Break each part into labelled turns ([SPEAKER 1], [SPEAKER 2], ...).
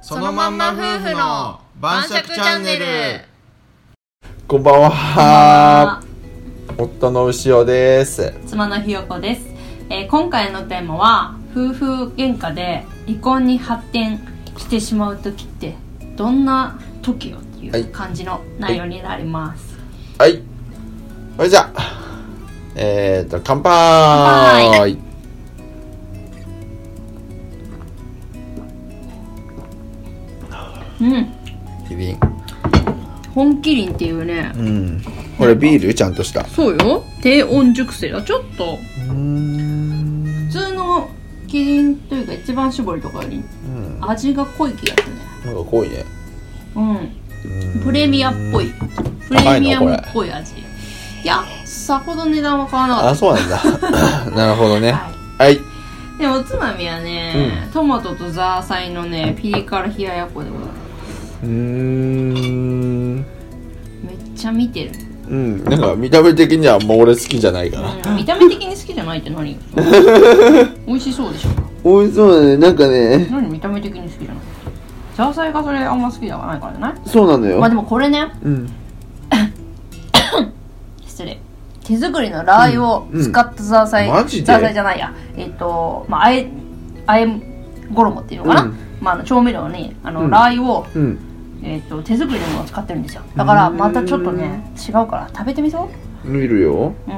[SPEAKER 1] そのまんま夫婦の晩酌チャンネル
[SPEAKER 2] こんばんは。
[SPEAKER 3] こんばんは
[SPEAKER 2] 夫の牛尾です。
[SPEAKER 3] 妻のひよこです、えー今回のテーマは夫婦喧嘩で離婚に発展してしまう時ってどんな時よってい
[SPEAKER 2] はいう
[SPEAKER 3] 感じの内容になります、
[SPEAKER 2] はい。それじゃあ、えっ、ー、と、乾杯。
[SPEAKER 3] うん
[SPEAKER 2] キリン。
[SPEAKER 3] 本麒麟っていうね
[SPEAKER 2] うん。これビールちゃんとした。
[SPEAKER 3] そうよ低温熟成だちょっと
[SPEAKER 2] うん。
[SPEAKER 3] 普通のキリンというか一番搾りとかより
[SPEAKER 2] うん。
[SPEAKER 3] 味が濃い気がするね
[SPEAKER 2] なんか濃いね。
[SPEAKER 3] うん
[SPEAKER 2] うん
[SPEAKER 3] プレミアっぽいプレミアムっぽい味いやさほど値段は変わらなかった
[SPEAKER 2] あ、そうなん だ。なるほどね。
[SPEAKER 3] は
[SPEAKER 2] はい。
[SPEAKER 3] でおつまみはね、トマトとザーサイのねピリ辛冷ややっこでございます
[SPEAKER 2] うーん。
[SPEAKER 3] めっちゃ見てる、
[SPEAKER 2] うん。なんか見た目的にはもう俺好きじゃないかな。
[SPEAKER 3] うん見た目的に好きじゃないっ て何美味しそうでしょ
[SPEAKER 2] 美味しそうだね。なんかね、
[SPEAKER 3] 何見た目的に好きじゃないザーサイがそれあんま好きじゃないからね
[SPEAKER 2] そうなのよ
[SPEAKER 3] まあでもこれね
[SPEAKER 2] うん。
[SPEAKER 3] 失礼手作りのラー油を使ったザーサイ、
[SPEAKER 2] うんマジで
[SPEAKER 3] ザーサイじゃないやえっ、とまああえあえ衣っていうのかな、
[SPEAKER 2] うん
[SPEAKER 3] まああの、調味料にあの、
[SPEAKER 2] うん
[SPEAKER 3] ラー油を
[SPEAKER 2] うん。
[SPEAKER 3] えー、と手作りのものを使ってるんですよだから
[SPEAKER 2] うん
[SPEAKER 3] またちょっとね違うから食べてみそう
[SPEAKER 2] 見るよ。
[SPEAKER 3] うん、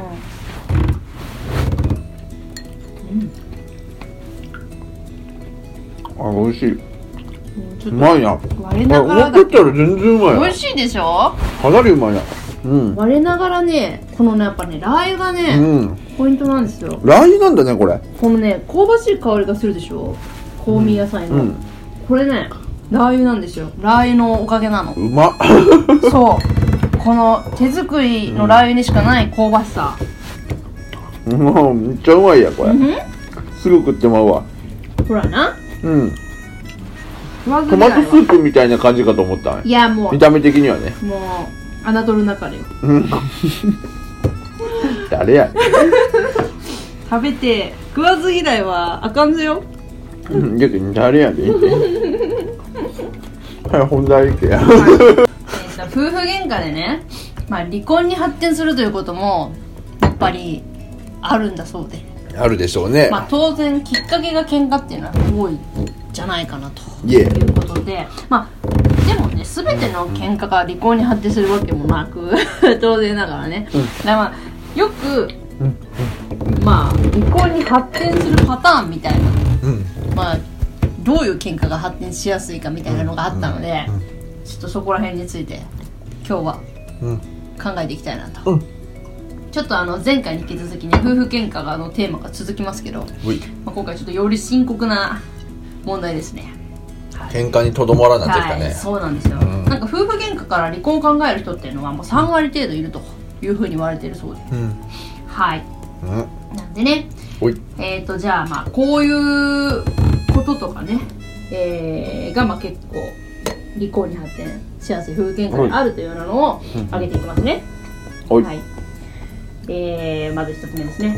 [SPEAKER 2] あ、美味しい。
[SPEAKER 3] ち
[SPEAKER 2] う
[SPEAKER 3] ょっ
[SPEAKER 2] まいな。
[SPEAKER 3] と割れ
[SPEAKER 2] あ
[SPEAKER 3] ながら
[SPEAKER 2] 思って
[SPEAKER 3] だけ
[SPEAKER 2] たより全然うまい
[SPEAKER 3] ど
[SPEAKER 2] な
[SPEAKER 3] 美味しいでしょ
[SPEAKER 2] かなりうまいなうん
[SPEAKER 3] 割れながらねこのねやっぱねラー油が
[SPEAKER 2] う
[SPEAKER 3] ね、
[SPEAKER 2] ん
[SPEAKER 3] ポイントなんですよ
[SPEAKER 2] ラー油なんだねこれ
[SPEAKER 3] このね香ばしい香りがするでしょ香味野菜の、
[SPEAKER 2] うん
[SPEAKER 3] これねラー油なんですよラー油のおかげなの
[SPEAKER 2] うま っ
[SPEAKER 3] そうこの手作りのラー油にしかない香ばしさ
[SPEAKER 2] もうめっちゃうまいやこれ
[SPEAKER 3] うん
[SPEAKER 2] すぐ食ってまうわ
[SPEAKER 3] ほらな
[SPEAKER 2] うん
[SPEAKER 3] 食わず
[SPEAKER 2] ト
[SPEAKER 3] 嫌
[SPEAKER 2] マ
[SPEAKER 3] いは
[SPEAKER 2] トスープみたいな感じかと思ったね
[SPEAKER 3] いやも
[SPEAKER 2] 見た目的にはね
[SPEAKER 3] うもう侮るなかれよ
[SPEAKER 2] うん 誰や
[SPEAKER 3] 食べて食わず嫌いはあかんぜよ
[SPEAKER 2] うん逆に誰やで言ってはい本題行けや
[SPEAKER 3] 夫婦喧嘩でね、まあ、離婚に発展するということもやっぱりあるんだそうで、
[SPEAKER 2] あるでしょうね
[SPEAKER 3] まあ、当然きっかけが喧嘩っていうのは多いんじゃないかなと
[SPEAKER 2] いえ
[SPEAKER 3] いうことでまあでもね全ての喧嘩が離婚に発展するわけもなく 当然ながらね、だからまあよく、まあ離婚に発展するパターンみたいな
[SPEAKER 2] うん
[SPEAKER 3] まあ、どういう喧嘩が発展しやすいかみたいなのがあったので、ちょっとそこら辺について今日は
[SPEAKER 2] うん
[SPEAKER 3] 考えていきたいなと、
[SPEAKER 2] うん
[SPEAKER 3] ちょっとあの前回に引き続きね夫婦喧嘩があのテーマが続きますけど、ま
[SPEAKER 2] うい
[SPEAKER 3] あ、今回ちょっとより深刻な問題ですね
[SPEAKER 2] 喧嘩にとどまらなってきた
[SPEAKER 3] はい、
[SPEAKER 2] ね
[SPEAKER 3] そうなんですよ、
[SPEAKER 2] ん
[SPEAKER 3] なんか夫婦喧嘩から離婚を考える人っていうのはもう3割程度いるというふうに言われているそうで
[SPEAKER 2] うん
[SPEAKER 3] はい
[SPEAKER 2] うん
[SPEAKER 3] なんでね
[SPEAKER 2] おい
[SPEAKER 3] えー、とじゃあまあこういうこととかね、えーがまあ結構離婚に発展しやすい風喧嘩であるというようなのを挙げていきますね、
[SPEAKER 2] おい
[SPEAKER 3] はいえー、まず一つ目ですね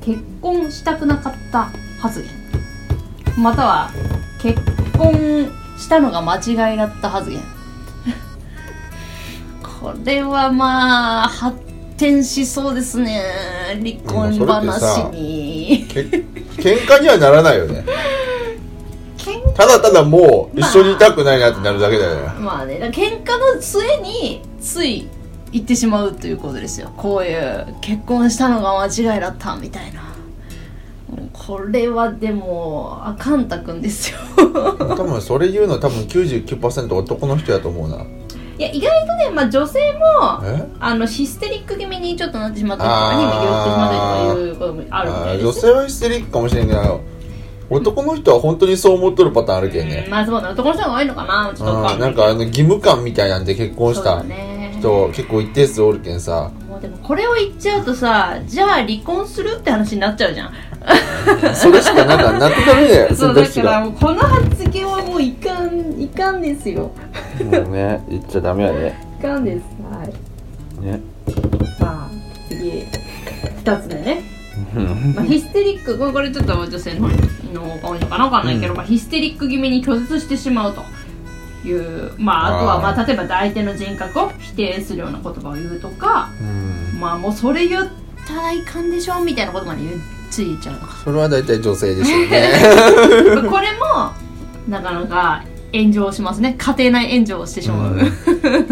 [SPEAKER 3] 結婚したくなかった発言または結婚したのが間違いだった発言 これはまあ発展しそうですね離婚
[SPEAKER 2] でもそれってさ
[SPEAKER 3] 話に
[SPEAKER 2] け喧嘩にはならないよね
[SPEAKER 3] 喧
[SPEAKER 2] ただただもう一緒にいたくないなってなるだけだよね
[SPEAKER 3] まあねだから喧嘩の末につい行ってしまうということですよこういう結婚したのが間違いだったみたいなもうこれはでもあかんたくんで すよ
[SPEAKER 2] 多分それ言うの多分99%男の人やと思うない
[SPEAKER 3] や意外とね、まあ、女性も
[SPEAKER 2] え
[SPEAKER 3] あのヒステリック気味にちょっとなってしまったりとかに寄ってしまったりとかいうこともあるみた
[SPEAKER 2] あ
[SPEAKER 3] い
[SPEAKER 2] ー
[SPEAKER 3] で
[SPEAKER 2] 女
[SPEAKER 3] す
[SPEAKER 2] 性はヒステリックかもしれんけど男の人は本当にそう思っとるパターンあるけん
[SPEAKER 3] うん
[SPEAKER 2] ね
[SPEAKER 3] まあそうだ男の人が多いのかなちょっと
[SPEAKER 2] あ
[SPEAKER 3] わか
[SPEAKER 2] ー
[SPEAKER 3] んな
[SPEAKER 2] ないんかあの義務感みたいなんで結婚し
[SPEAKER 3] そう
[SPEAKER 2] た
[SPEAKER 3] だね
[SPEAKER 2] 人結構一定数おるけん さ
[SPEAKER 3] もうでもこれを言っちゃうとさじゃあ離婚するって話になっちゃうじゃん
[SPEAKER 2] それしかなんかなってダメだよ
[SPEAKER 3] そ
[SPEAKER 2] 選
[SPEAKER 3] うだ
[SPEAKER 2] 択肢
[SPEAKER 3] から
[SPEAKER 2] が
[SPEAKER 3] もうこの発言はもういかんいかんですよ
[SPEAKER 2] もうね言っちゃダメやね
[SPEAKER 3] いかんですはい
[SPEAKER 2] ね
[SPEAKER 3] まあ次2つ目ね
[SPEAKER 2] うん
[SPEAKER 3] まあ、ヒステリックこれこれちょっと女性の方が多いのかなわかんないけど、まあ、ヒステリック気味に拒絶してしまうというまああとは
[SPEAKER 2] あー
[SPEAKER 3] まあ例えば相手の人格を否定するような言葉を言うとかまあもうそれ言ったらいかんでしょみたいなことまで言っついちゃう とか
[SPEAKER 2] それは大体女性ですよ ね
[SPEAKER 3] これもなかなか炎上しますね家庭内炎上をしてしまう、
[SPEAKER 2] うん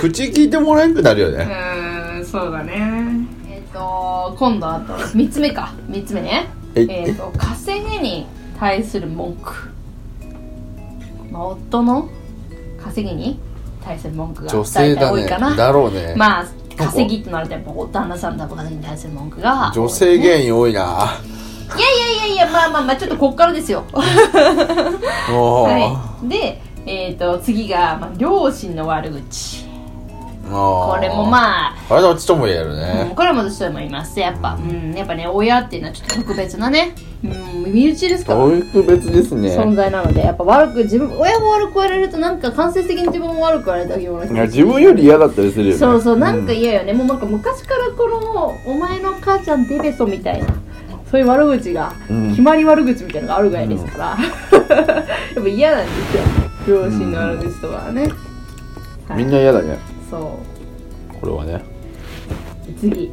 [SPEAKER 2] 口聞いてもらえなくなるよ
[SPEAKER 3] う
[SPEAKER 2] ね
[SPEAKER 3] ーんそうだねえっ、と今度あと3つ目か3つ目ね
[SPEAKER 2] え
[SPEAKER 3] えっ、と稼ぎに対する文句、まあ、夫の稼ぎに対する文句が
[SPEAKER 2] 女
[SPEAKER 3] 大
[SPEAKER 2] 性
[SPEAKER 3] 体
[SPEAKER 2] だ
[SPEAKER 3] 多い
[SPEAKER 2] ね
[SPEAKER 3] かな、
[SPEAKER 2] だろうね、
[SPEAKER 3] まあ稼ぎってなるとやっぱお旦那さんの稼ぎに対する文句が
[SPEAKER 2] 女性原因多いな、
[SPEAKER 3] いやいやいやいやまあまあまあちょっとこっからですよ
[SPEAKER 2] もう、
[SPEAKER 3] はいでえっ、と次が、まあ、両親の悪口
[SPEAKER 2] もう
[SPEAKER 3] これもまあ
[SPEAKER 2] あれどっちとも言える
[SPEAKER 3] うん、
[SPEAKER 2] ね、
[SPEAKER 3] これもどうしてもいますやっぱ、うん、やっぱね親っていうのはちょっと特別なね、うん、身内ですから
[SPEAKER 2] 教育別ですね
[SPEAKER 3] 存在なのでやっぱ悪く自分親も悪く言われるとなんか間接的に自分も悪く言われたような気
[SPEAKER 2] い
[SPEAKER 3] が
[SPEAKER 2] や
[SPEAKER 3] す
[SPEAKER 2] 自分より嫌だったりするよね
[SPEAKER 3] そうそうなんか
[SPEAKER 2] う
[SPEAKER 3] 嫌よね、もうなんか昔からこのお前の母ちゃんデベソみたいなそういう悪口が、
[SPEAKER 2] うん
[SPEAKER 3] 決まり悪口みたいなのがあるぐらいですから、 やっぱ嫌なんですよ両親の悪口とかはね、はい
[SPEAKER 2] みんな嫌だね
[SPEAKER 3] そう
[SPEAKER 2] これはね
[SPEAKER 3] 次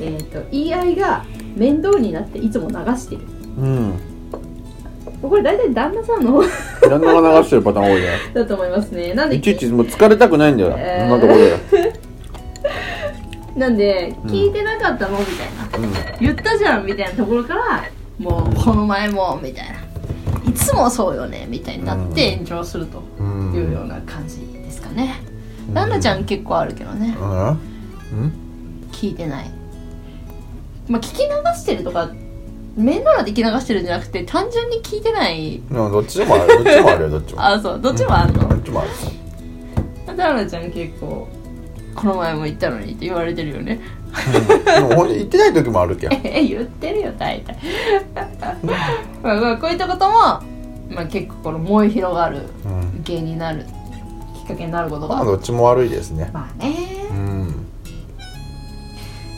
[SPEAKER 3] えっ、と言い合いが面倒になっていつも流してる
[SPEAKER 2] うん
[SPEAKER 3] これ大体旦那さんの方
[SPEAKER 2] 旦那が流してるパターン多いね
[SPEAKER 3] だと思いますねなんで
[SPEAKER 2] いちいちもう疲れたくないんだよ、
[SPEAKER 3] えー
[SPEAKER 2] そんなところで、
[SPEAKER 3] なんで
[SPEAKER 2] うん
[SPEAKER 3] 聞いてなかったのみたいな言ったじゃんみたいなところからもうこの前もみたいないつもそうよねみたいになって炎上すると
[SPEAKER 2] うん
[SPEAKER 3] いうような感じですかね旦那ちゃん結構あるけどね
[SPEAKER 2] うん
[SPEAKER 3] 聞いてないまあ聞き流してるとか面倒なで聞き流してるんじゃなくて単純に聞いてない
[SPEAKER 2] うんどっちでもあるどっちでもあるよどっちも
[SPEAKER 3] あそうどっちもあんの
[SPEAKER 2] どっちもある
[SPEAKER 3] ダーナちゃん結構この前も言ったのにって言われてるよね
[SPEAKER 2] でもほんと言ってない時もあるけん
[SPEAKER 3] え言ってるよ大体まあまあこういったことも、まあ、結構この燃え広がる
[SPEAKER 2] うん
[SPEAKER 3] 原因になるきっかけになること
[SPEAKER 2] まあ
[SPEAKER 3] が
[SPEAKER 2] どっちも悪いですね
[SPEAKER 3] まあね
[SPEAKER 2] うん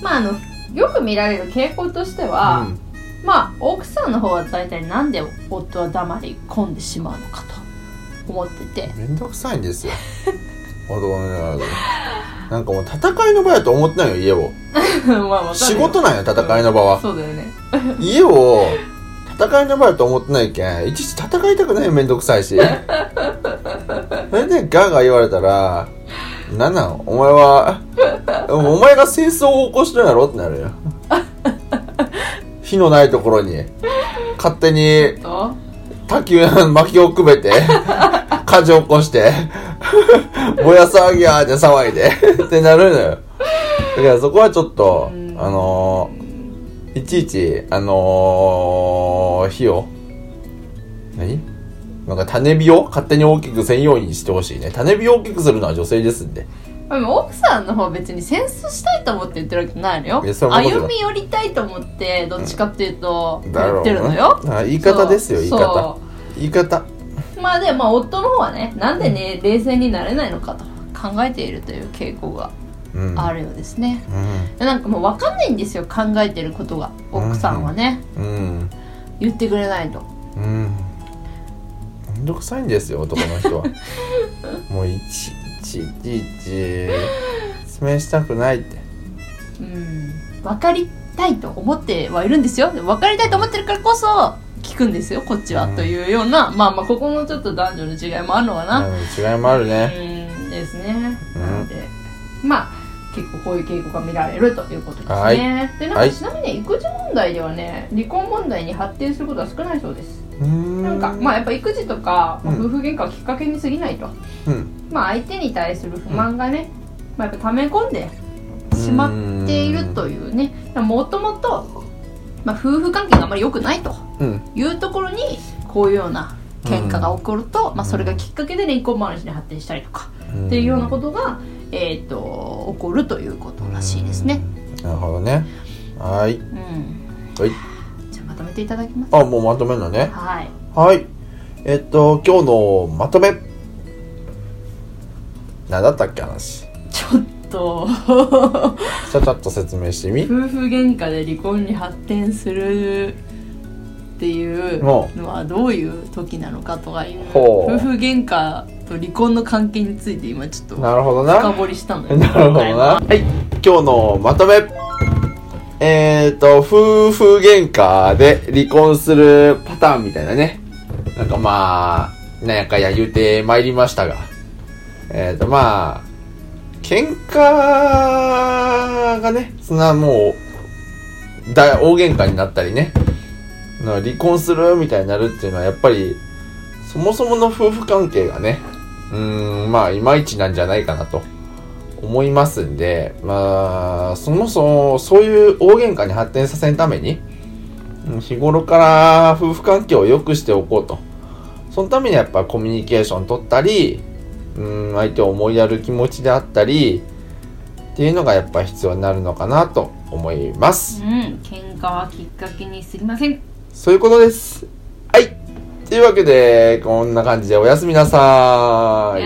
[SPEAKER 3] まああのよく見られる傾向としては、
[SPEAKER 2] うん
[SPEAKER 3] まあ奥さんの方は大体なんで夫は黙り込んでしまうのかと思って て
[SPEAKER 2] めんどくさいんですよあどうもねあどうもなんかもう戦いの場やと思ってないよ家を
[SPEAKER 3] まあわかるよ
[SPEAKER 2] 仕事なんよ戦いの場は
[SPEAKER 3] そうだよね
[SPEAKER 2] 家を戦いの場やと思ってないけんいちいち戦いたくないよめんどくさいしそれでガーガー言われたら「なんなんお前はお前が戦争を起こしてるやろ?」ってなるよ火のないところに勝手に
[SPEAKER 3] と
[SPEAKER 2] 滝を薪をくべ て火事を起こして燃や騒ぎやーって騒い でってなるのよだからそこはちょっと
[SPEAKER 3] うん
[SPEAKER 2] あのー、いちいちあのー、火を何なんか種火を勝手に大きくせんようにしてほしいね種火を大きくするのは女性ですんで
[SPEAKER 3] でも奥さんの方は別に戦争したいと思って言ってるわけじゃないのよ
[SPEAKER 2] いやそれはもちろん
[SPEAKER 3] 歩み寄りたいと思ってどっちかっていうと
[SPEAKER 2] だ
[SPEAKER 3] 言
[SPEAKER 2] ろ
[SPEAKER 3] っ
[SPEAKER 2] う
[SPEAKER 3] てるのよ
[SPEAKER 2] なあ言い方ですよ言い
[SPEAKER 3] そう
[SPEAKER 2] 方言い方
[SPEAKER 3] そうまあでまあ夫の方はねなんでね冷静になれないのかと考えているという傾向が
[SPEAKER 2] うん
[SPEAKER 3] あるようですね、
[SPEAKER 2] うん
[SPEAKER 3] なんかもう分かんないんですよ考えてることが奥さんはね、
[SPEAKER 2] うん
[SPEAKER 3] 言ってくれないと
[SPEAKER 2] うんめんどくさいんですよ男の 人はもういちいちいちいち説明したくないって
[SPEAKER 3] うん分かりたいと思ってはいるんですよでも分かりたいと思ってるからこそ聞くんですよこっちは、
[SPEAKER 2] うん
[SPEAKER 3] というようなまあまあここもちょっと男女の違いもあるのかな、
[SPEAKER 2] うん違いもあるね
[SPEAKER 3] うんですね。
[SPEAKER 2] うん
[SPEAKER 3] なので、まあ。結構こういう傾向が見られるということですね。
[SPEAKER 2] はい
[SPEAKER 3] で、なん
[SPEAKER 2] は
[SPEAKER 3] か
[SPEAKER 2] い
[SPEAKER 3] ちなみに育児問題ではね、離婚問題に発展することは少ないそうです。
[SPEAKER 2] うん
[SPEAKER 3] なんか、まあ、やっぱ育児とか、まあ
[SPEAKER 2] うん
[SPEAKER 3] 夫婦喧嘩はきっかけに過ぎないと。
[SPEAKER 2] うん
[SPEAKER 3] まあ、相手に対する不満がね、まあ、やっぱ溜め込んでしまっているというね。もともと、まあ、夫婦関係があまり良くないと。
[SPEAKER 2] うん
[SPEAKER 3] いうところにこういうような喧嘩が起こると、まあ、それがきっかけで連行話に発展したりとか、
[SPEAKER 2] うん
[SPEAKER 3] っていうようなことが、えー、と起こるということらしいですね。
[SPEAKER 2] なるほどねはい
[SPEAKER 3] うん、
[SPEAKER 2] はい
[SPEAKER 3] じゃあまとめていただきます。
[SPEAKER 2] あもうまとめるのね
[SPEAKER 3] はい、
[SPEAKER 2] はいえっと今日のまとめ何だったっけ話
[SPEAKER 3] ちょっと
[SPEAKER 1] ちゃちゃっと説明してみ
[SPEAKER 3] 夫婦喧嘩で離婚に発展するっていう
[SPEAKER 1] お
[SPEAKER 3] のはどういう時なのかとかいう
[SPEAKER 1] ほう
[SPEAKER 3] 夫婦喧嘩と離婚の関係について今ちょっと
[SPEAKER 1] なるほど
[SPEAKER 3] 深
[SPEAKER 1] な
[SPEAKER 3] 掘りしたのよ
[SPEAKER 1] なるほどな。はい、今日のまとめ。えーと、夫婦喧嘩で離婚するパターンみたいなね。なんかまあ、なんやかんや言うてまいりましたが。えーと、まあ、喧嘩がね、そんなもう、大、大喧嘩になったりね。な離婚するみたいになるっていうのはやっぱり、そもそもの夫婦関係がね、うーん、まあ、いまいちなんじゃないかなと。思いますんで、まあ、そもそもそういう大喧嘩に発展させんために、うん日頃から夫婦関係を良くしておこうと。そのためにやっぱコミュニケーション取ったり、うん、相手を思いやる気持ちであったり、っていうのがやっぱ必要になるのかなと思います。
[SPEAKER 3] うん喧嘩はきっかけにすぎません
[SPEAKER 1] そういうことです。はい。というわけで、こんな感じでおやすみなさーい。